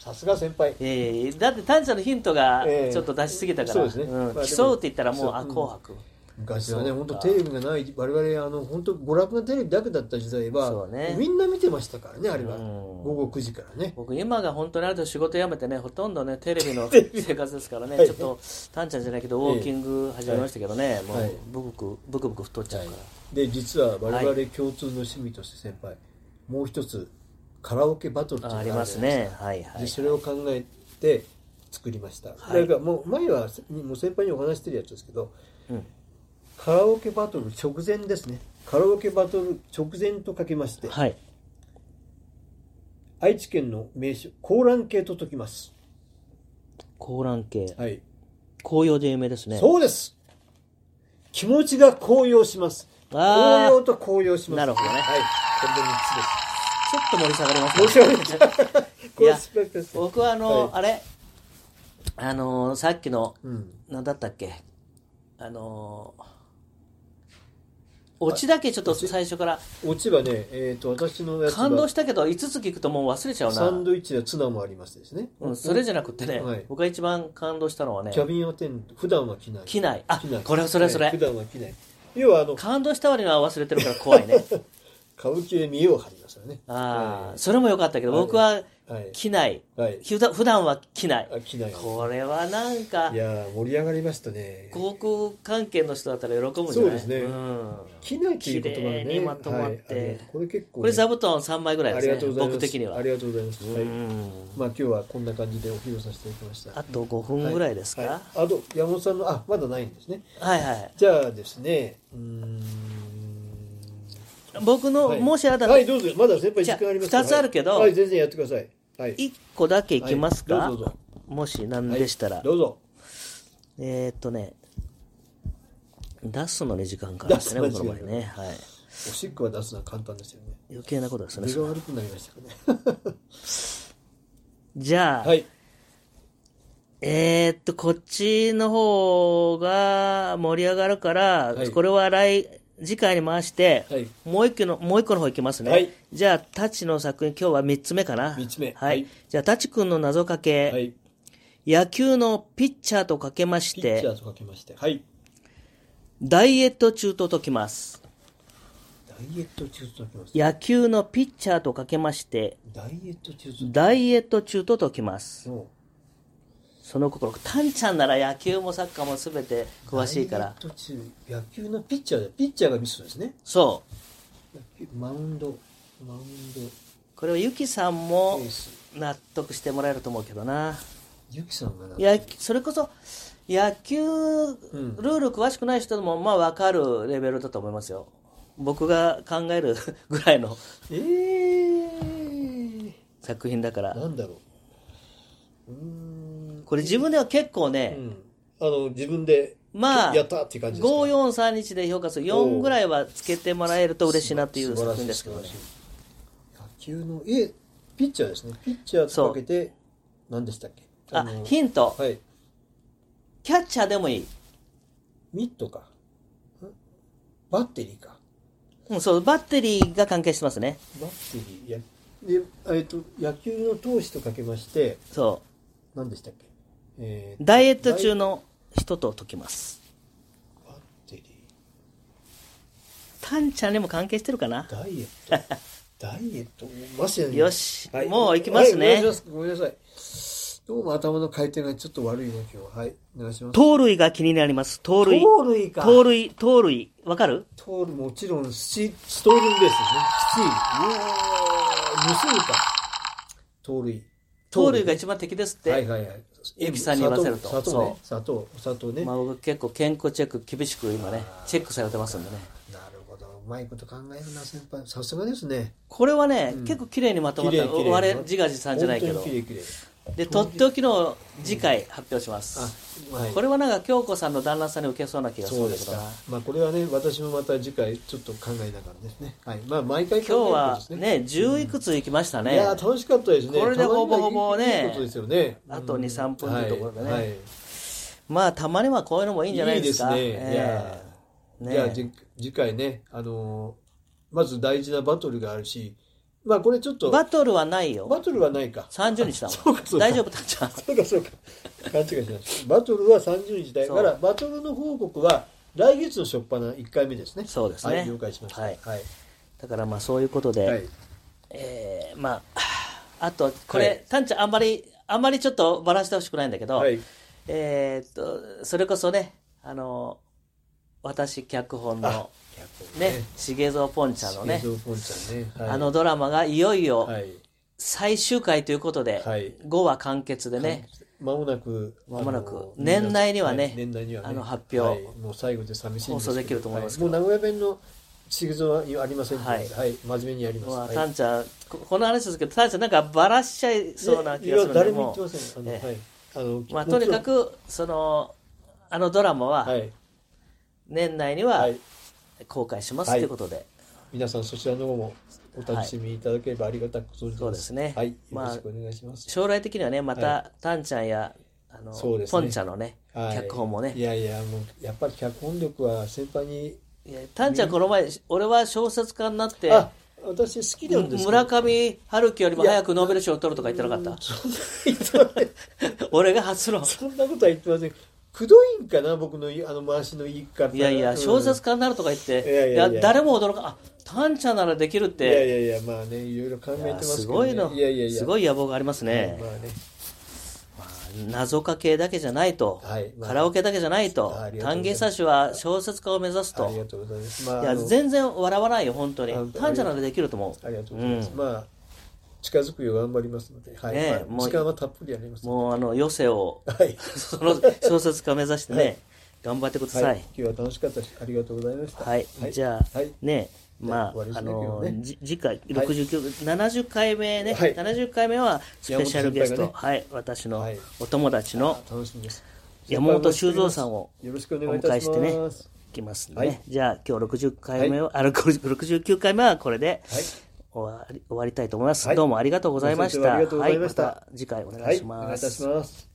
Speaker 1: さすが先輩
Speaker 2: えーだって丹ちゃんのヒントが
Speaker 1: ええ
Speaker 2: ちょっと出しすぎたから、
Speaker 1: そうですね
Speaker 2: ん
Speaker 1: まあ
Speaker 2: 競うって言ったらも
Speaker 1: そうう
Speaker 2: あ
Speaker 1: うん
Speaker 2: 紅白
Speaker 1: 昔はね
Speaker 2: そうか
Speaker 1: 本当テレビがない我々あの本当娯楽がテレビだけだった時代
Speaker 2: そ
Speaker 1: は、
Speaker 2: うね
Speaker 1: みんな見てましたからねあれは
Speaker 2: うん
Speaker 1: 午後9時からね
Speaker 2: 僕今が本当にあると仕事辞めてねほとんどねテレビの生活ですからね、
Speaker 1: はい
Speaker 2: ちょっと丹ちゃんじゃないけどウォーキング始めましたけどね、
Speaker 1: はい
Speaker 2: もうブクブクブクブク太っちゃうから、
Speaker 1: で実は我々共通の趣味として先輩、もう一つカラオケバトルっていうの
Speaker 2: あ
Speaker 1: が
Speaker 2: あ
Speaker 1: る
Speaker 2: り
Speaker 1: じゃな
Speaker 2: ま
Speaker 1: いですか
Speaker 2: ねはいはい
Speaker 1: でそれを考えて作りました、
Speaker 2: はい
Speaker 1: だからもう前はもう先輩にお話してるやつですけど、
Speaker 2: うん
Speaker 1: カラオケバトル直前ですねカラオケバトル直前とかけまして、
Speaker 2: はい
Speaker 1: 愛知県の名所高蘭系と解きます
Speaker 2: 高蘭系
Speaker 1: はい、
Speaker 2: 紅葉で有名ですね
Speaker 1: そうです気持ちが高揚します
Speaker 2: あー
Speaker 1: 高揚と高揚します
Speaker 2: なるほどね
Speaker 1: はいこれで3つです
Speaker 2: ちょっと盛り下がります
Speaker 1: 申し訳ない これスペスペ
Speaker 2: 僕はあの、
Speaker 1: はい
Speaker 2: あれあのさっきの
Speaker 1: うん
Speaker 2: 何だったっけあのオチだけちょっと最初から
Speaker 1: 落ちはねえっ、と私のやつは
Speaker 2: 感動したけど5つ聞くともう忘れちゃう
Speaker 1: サン
Speaker 2: な、
Speaker 1: ドイッチやツナもありますですね、
Speaker 2: うん、それじゃなくってね、
Speaker 1: はい
Speaker 2: 僕が一番感動したのはね
Speaker 1: キャビンアテンド普段は着ない
Speaker 2: 着ないあ
Speaker 1: 着ない
Speaker 2: これそれそれ
Speaker 1: はい普段は着ない要はあの
Speaker 2: 感動した割には忘れてるから怖 いね
Speaker 1: 歌舞伎で見栄を張りますよね
Speaker 2: ああそれも良かったけど僕は
Speaker 1: はい
Speaker 2: 着ない
Speaker 1: はい
Speaker 2: ひだ普段は着ない
Speaker 1: あ着ない
Speaker 2: これはなんか
Speaker 1: いやー盛り上がりましたね
Speaker 2: 航空関係の人だったら喜ぶんじゃない
Speaker 1: そうですね
Speaker 2: ん
Speaker 1: 着ないという言葉がね
Speaker 2: 綺麗にまとまって
Speaker 1: はいあのこれ結構ね、
Speaker 2: これ座布団3枚ぐらい
Speaker 1: あり
Speaker 2: で
Speaker 1: が
Speaker 2: す
Speaker 1: とう
Speaker 2: ね
Speaker 1: ございます
Speaker 2: 僕的には
Speaker 1: ありがとうございます、は
Speaker 2: う
Speaker 1: いま
Speaker 2: ん
Speaker 1: あ今日はこんな感じでお披露目させていただきました
Speaker 2: あと5分ぐらいですか、
Speaker 1: ははいあと山本さんのあまだないんですね
Speaker 2: はいはい。
Speaker 1: じゃあですねうーん
Speaker 2: 僕の、
Speaker 1: はい
Speaker 2: もしあだ
Speaker 1: はいどうぞまだ先輩時
Speaker 2: じゃあ
Speaker 1: 間あります
Speaker 2: 二つあるけど
Speaker 1: はいはい全然やってくださいはい
Speaker 2: 1個だけいきますか、
Speaker 1: はいどうぞどう
Speaker 2: もし何でしたら。
Speaker 1: どうぞ
Speaker 2: えー、っとね、出すのに時間かかるんですね、
Speaker 1: 出
Speaker 2: 僕
Speaker 1: すの
Speaker 2: の
Speaker 1: に
Speaker 2: 場
Speaker 1: 時
Speaker 2: 合
Speaker 1: 間
Speaker 2: ね。はい。
Speaker 1: おしっこは出すのは簡単ですよね
Speaker 2: 余計なことですね
Speaker 1: 目。が悪くなりましたかね
Speaker 2: じゃあ、
Speaker 1: はい
Speaker 2: えー、っと、こっちの方が盛り上がるから、
Speaker 1: はい
Speaker 2: これは来、次回に回して、
Speaker 1: はい
Speaker 2: もう一個の、もう一個の方行きますね。
Speaker 1: はい
Speaker 2: じゃあ、タッチの作品、今日は三つ目かな。
Speaker 1: 三つ目
Speaker 2: は
Speaker 1: はい
Speaker 2: い。じゃあ、タッチ君の謎かけ、
Speaker 1: はい。
Speaker 2: 野球のピッチャーとかけまし
Speaker 1: ピッチャ
Speaker 2: て、
Speaker 1: ーとかけまして。はい。
Speaker 2: ダイエット中と解きます。
Speaker 1: ダイエット中と解きます。
Speaker 2: 野球のピッチャーとかけまして、
Speaker 1: ダイエット中と
Speaker 2: ダイエット中と解きます。
Speaker 1: そう
Speaker 2: その心、タンちゃんなら野球もサッカーもすべて詳しい
Speaker 1: ダ
Speaker 2: か
Speaker 1: イ
Speaker 2: ら
Speaker 1: エッ。ト中、野球のピッチャーで、ピッチャーがミスですね。
Speaker 2: そう。
Speaker 1: 野球マウンド、マウンド、
Speaker 2: これはユキさん
Speaker 1: エ
Speaker 2: も
Speaker 1: ース。
Speaker 2: 納得してもらえると思うけどな。
Speaker 1: ゆきさんがな、
Speaker 2: 野球それこそ野球
Speaker 1: ん
Speaker 2: ルール詳しくない人でもまあ分かるレベルだと思いますよ僕が考える ぐらいの
Speaker 1: えー、
Speaker 2: 作品だから
Speaker 1: なんだろう。うーん、
Speaker 2: これ自分では結構ね、
Speaker 1: うん。あの、自分で、
Speaker 2: まあ
Speaker 1: やったっていう感じですか。
Speaker 2: 543日で評価する
Speaker 1: お
Speaker 2: 4
Speaker 1: う
Speaker 2: ぐらいはつけてもらえると嬉しいなっていう
Speaker 1: 素晴
Speaker 2: 作
Speaker 1: らし
Speaker 2: 品ですけど
Speaker 1: 素
Speaker 2: ね
Speaker 1: 晴らしい野球のえピッチャーですねピッチャーとかけて何でしたっけ
Speaker 2: あ
Speaker 1: の
Speaker 2: ヒント
Speaker 1: はい
Speaker 2: キャッチャーでもいい、
Speaker 1: ミットかんバッテリーか
Speaker 2: うん、そうバッテリーが関係してますね
Speaker 1: バッテリーやでえっと野球の投手とかけまして
Speaker 2: そ
Speaker 1: 何でしたっけ、え
Speaker 2: う
Speaker 1: ー
Speaker 2: ダイエット中
Speaker 1: ダ
Speaker 2: の人と解きます
Speaker 1: イバッテリ
Speaker 2: タンちゃんにも関係してるかな
Speaker 1: ーダイエットダイエットマジで
Speaker 2: よし
Speaker 1: はい
Speaker 2: もう行きますね
Speaker 1: はいお願いしますごめんなさいどうも頭の回転がちょっと悪いな今日ははいお願いします
Speaker 2: 盗塁が気になります盗塁
Speaker 1: 盗塁か
Speaker 2: 盗塁、盗塁、わかる
Speaker 1: 通るもちろんスチストールンベースですね。スチール。うわー盗むか。盗塁。
Speaker 2: 盗塁が一番敵ですって。
Speaker 1: はいはいはい。
Speaker 2: エビさんに言わせると
Speaker 1: 砂糖ね。砂糖、お砂糖ね。
Speaker 2: ま
Speaker 1: な
Speaker 2: あ、僕結構健康チェック厳しく今ね、チェックされてますんでね。
Speaker 1: るほど。うまいこと考えるな、先輩。さすがですね。
Speaker 2: これはね、結構綺麗にまとまっ
Speaker 1: 綺
Speaker 2: た。
Speaker 1: 麗綺麗
Speaker 2: 我々自画自賛じゃないけ
Speaker 1: 本
Speaker 2: ど
Speaker 1: 当。に綺麗綺麗。
Speaker 2: で、とっておきのを次回発表します。
Speaker 1: あ、はい。
Speaker 2: これはなんか京子さんの旦那さんに受けそうな気がす
Speaker 1: そ
Speaker 2: る
Speaker 1: うん
Speaker 2: だ
Speaker 1: で
Speaker 2: け
Speaker 1: す
Speaker 2: ど
Speaker 1: か
Speaker 2: な。。
Speaker 1: まあこれはね、私もまた次回ちょっと考えながらですね。はい。まあ毎回考える
Speaker 2: 今日
Speaker 1: こと
Speaker 2: は
Speaker 1: ですね。
Speaker 2: ね、10いくつ行きました
Speaker 1: い
Speaker 2: ね。
Speaker 1: やー楽しかったですね。
Speaker 2: これでほぼほぼね
Speaker 1: たまにはいいことですよね。
Speaker 2: あと2、3分というところでね。
Speaker 1: はいはい
Speaker 2: まあ、たまにはこういうのもいいんじゃないですか。
Speaker 1: いいですね。いや
Speaker 2: ええ
Speaker 1: ーじゃあ
Speaker 2: ね
Speaker 1: じ次回ね、あのーまず大事なバトルがあるし、まあこれちょっと、
Speaker 2: バ
Speaker 1: バ
Speaker 2: トルはないよ。
Speaker 1: トルはないか。
Speaker 2: 30日だ
Speaker 1: そ
Speaker 2: もん
Speaker 1: うかそうか
Speaker 2: 大丈夫だちゃん
Speaker 1: そうかそうか。勘違いしない。バトルは30日だ
Speaker 2: そう
Speaker 1: から、バトルの報告は来月の初っ端1回目ですね。
Speaker 2: そうですね
Speaker 1: はい、了解しました。
Speaker 2: はい
Speaker 1: はい。
Speaker 2: だからまあそういうことで、
Speaker 1: はい
Speaker 2: えーまああとこれ、
Speaker 1: はい
Speaker 2: タンちゃんあんまりあんまりちょっとバラしてほしくないんだけど、
Speaker 1: はい
Speaker 2: えーっとそれこそねあの私脚本のね重蔵ポンちゃんのね
Speaker 1: 映像ポンちゃんね。はい
Speaker 2: あの、ドラマがいよいよ
Speaker 1: はい。
Speaker 2: 最終回ということで、
Speaker 1: はい
Speaker 2: 5話完結でね、
Speaker 1: まもなく、
Speaker 2: 間もなく
Speaker 1: あの
Speaker 2: 年内にはね
Speaker 1: い年内にはね
Speaker 2: あの発表
Speaker 1: はいもう最後で寂しいんすけど
Speaker 2: 放送できると思いますけ
Speaker 1: は
Speaker 2: ど
Speaker 1: もう名古屋弁のシグゾはありませんので、
Speaker 2: は
Speaker 1: はいい、真面目にやります。
Speaker 2: まあ、
Speaker 1: はい
Speaker 2: タンちゃんここの話ですけどタンちゃんなんかバラしちゃいそうな気がする
Speaker 1: い
Speaker 2: ん
Speaker 1: や誰
Speaker 2: で
Speaker 1: も言
Speaker 2: も
Speaker 1: って
Speaker 2: う
Speaker 1: ません。あの、
Speaker 2: ええ
Speaker 1: はい。あの、
Speaker 2: まあ、とにかくそのあのドラマは、
Speaker 1: もちろん、はい。
Speaker 2: 年内に
Speaker 1: は。
Speaker 2: はい公開しますと
Speaker 1: はい
Speaker 2: いうことで、
Speaker 1: 皆さん、そちらの方もお楽しみいただければありがたく存じます。
Speaker 2: そうですね
Speaker 1: はい。よ
Speaker 2: まあ
Speaker 1: ろしくお願いします。
Speaker 2: 将来的にはねまた、
Speaker 1: は
Speaker 2: タンちゃんやあの、
Speaker 1: そうです
Speaker 2: ポ
Speaker 1: ね
Speaker 2: ンちゃんのね、
Speaker 1: はい
Speaker 2: 脚本もね
Speaker 1: いやいや、もう、やっぱり脚本力は先輩に、
Speaker 2: いやタンちゃんこの前俺は小説家になって
Speaker 1: あ、私好きなんですよ
Speaker 2: 村上春樹よりも早くノーベル賞を取るとか言ってなかっ
Speaker 1: そんな言ってません
Speaker 2: た俺が初の
Speaker 1: そんなことは言ってません。くどいんかな、僕のいあの回しの言い方。
Speaker 2: いやいや小説家になるとか言って、
Speaker 1: いやいやいや
Speaker 2: 誰も驚かあタンちゃんならできるっ
Speaker 1: うんいや
Speaker 2: て
Speaker 1: いやいや、まあね、いろいろ考えて
Speaker 2: いや
Speaker 1: ます
Speaker 2: す
Speaker 1: けど、
Speaker 2: ご
Speaker 1: ね。
Speaker 2: いの
Speaker 1: いやいやいや。
Speaker 2: すご
Speaker 1: い
Speaker 2: い野望がありますね、
Speaker 1: まあね。
Speaker 2: 謎かけだけじゃないと、
Speaker 1: はいまあ
Speaker 2: カラオケだけじゃないと
Speaker 1: あありがとう
Speaker 2: 丹
Speaker 1: ござい
Speaker 2: 下
Speaker 1: ます
Speaker 2: 差しは小説家を目指すと
Speaker 1: ありがとうございます。まあ、
Speaker 2: いや
Speaker 1: あの
Speaker 2: 全然笑わないよ本当に
Speaker 1: あの
Speaker 2: タンちゃんならできると思
Speaker 1: ありがと
Speaker 2: う
Speaker 1: うございます。
Speaker 2: うん
Speaker 1: まあ、近づくよう頑張りますので、はい。
Speaker 2: ねえ
Speaker 1: まあ
Speaker 2: もう
Speaker 1: 時間はたっぷりあります。は
Speaker 2: もうあの余生を
Speaker 1: い。
Speaker 2: その小説家目指してね、
Speaker 1: はい
Speaker 2: 頑張ってください
Speaker 1: は。
Speaker 2: はいい、
Speaker 1: 今日は楽しかったし、ありがとうございました。
Speaker 2: じゃあ、
Speaker 1: はい
Speaker 2: ねまあ、
Speaker 1: 終わりで
Speaker 2: あ
Speaker 1: すね
Speaker 2: の、
Speaker 1: 今日はね
Speaker 2: じ次回69、70回目ね、
Speaker 1: はい
Speaker 2: 70回目はスペシャルゲスト、
Speaker 1: 山本先
Speaker 2: はい、私の
Speaker 1: はい
Speaker 2: お友達の
Speaker 1: 楽しみです。
Speaker 2: 山本修造さんを
Speaker 1: よろしくお願いいたし
Speaker 2: お迎えしてね
Speaker 1: ます。
Speaker 2: いきますね、
Speaker 1: はい
Speaker 2: じゃあ今日60回目を、あ69回目はこれで
Speaker 1: はい。
Speaker 2: 終わり終わりたいと思います、
Speaker 1: はい
Speaker 2: どうもありがとうございまし
Speaker 1: ご清
Speaker 2: た
Speaker 1: 聴ありがとうございました
Speaker 2: はい、また次回お願いしま
Speaker 1: は
Speaker 2: す、
Speaker 1: い。お願いいたします。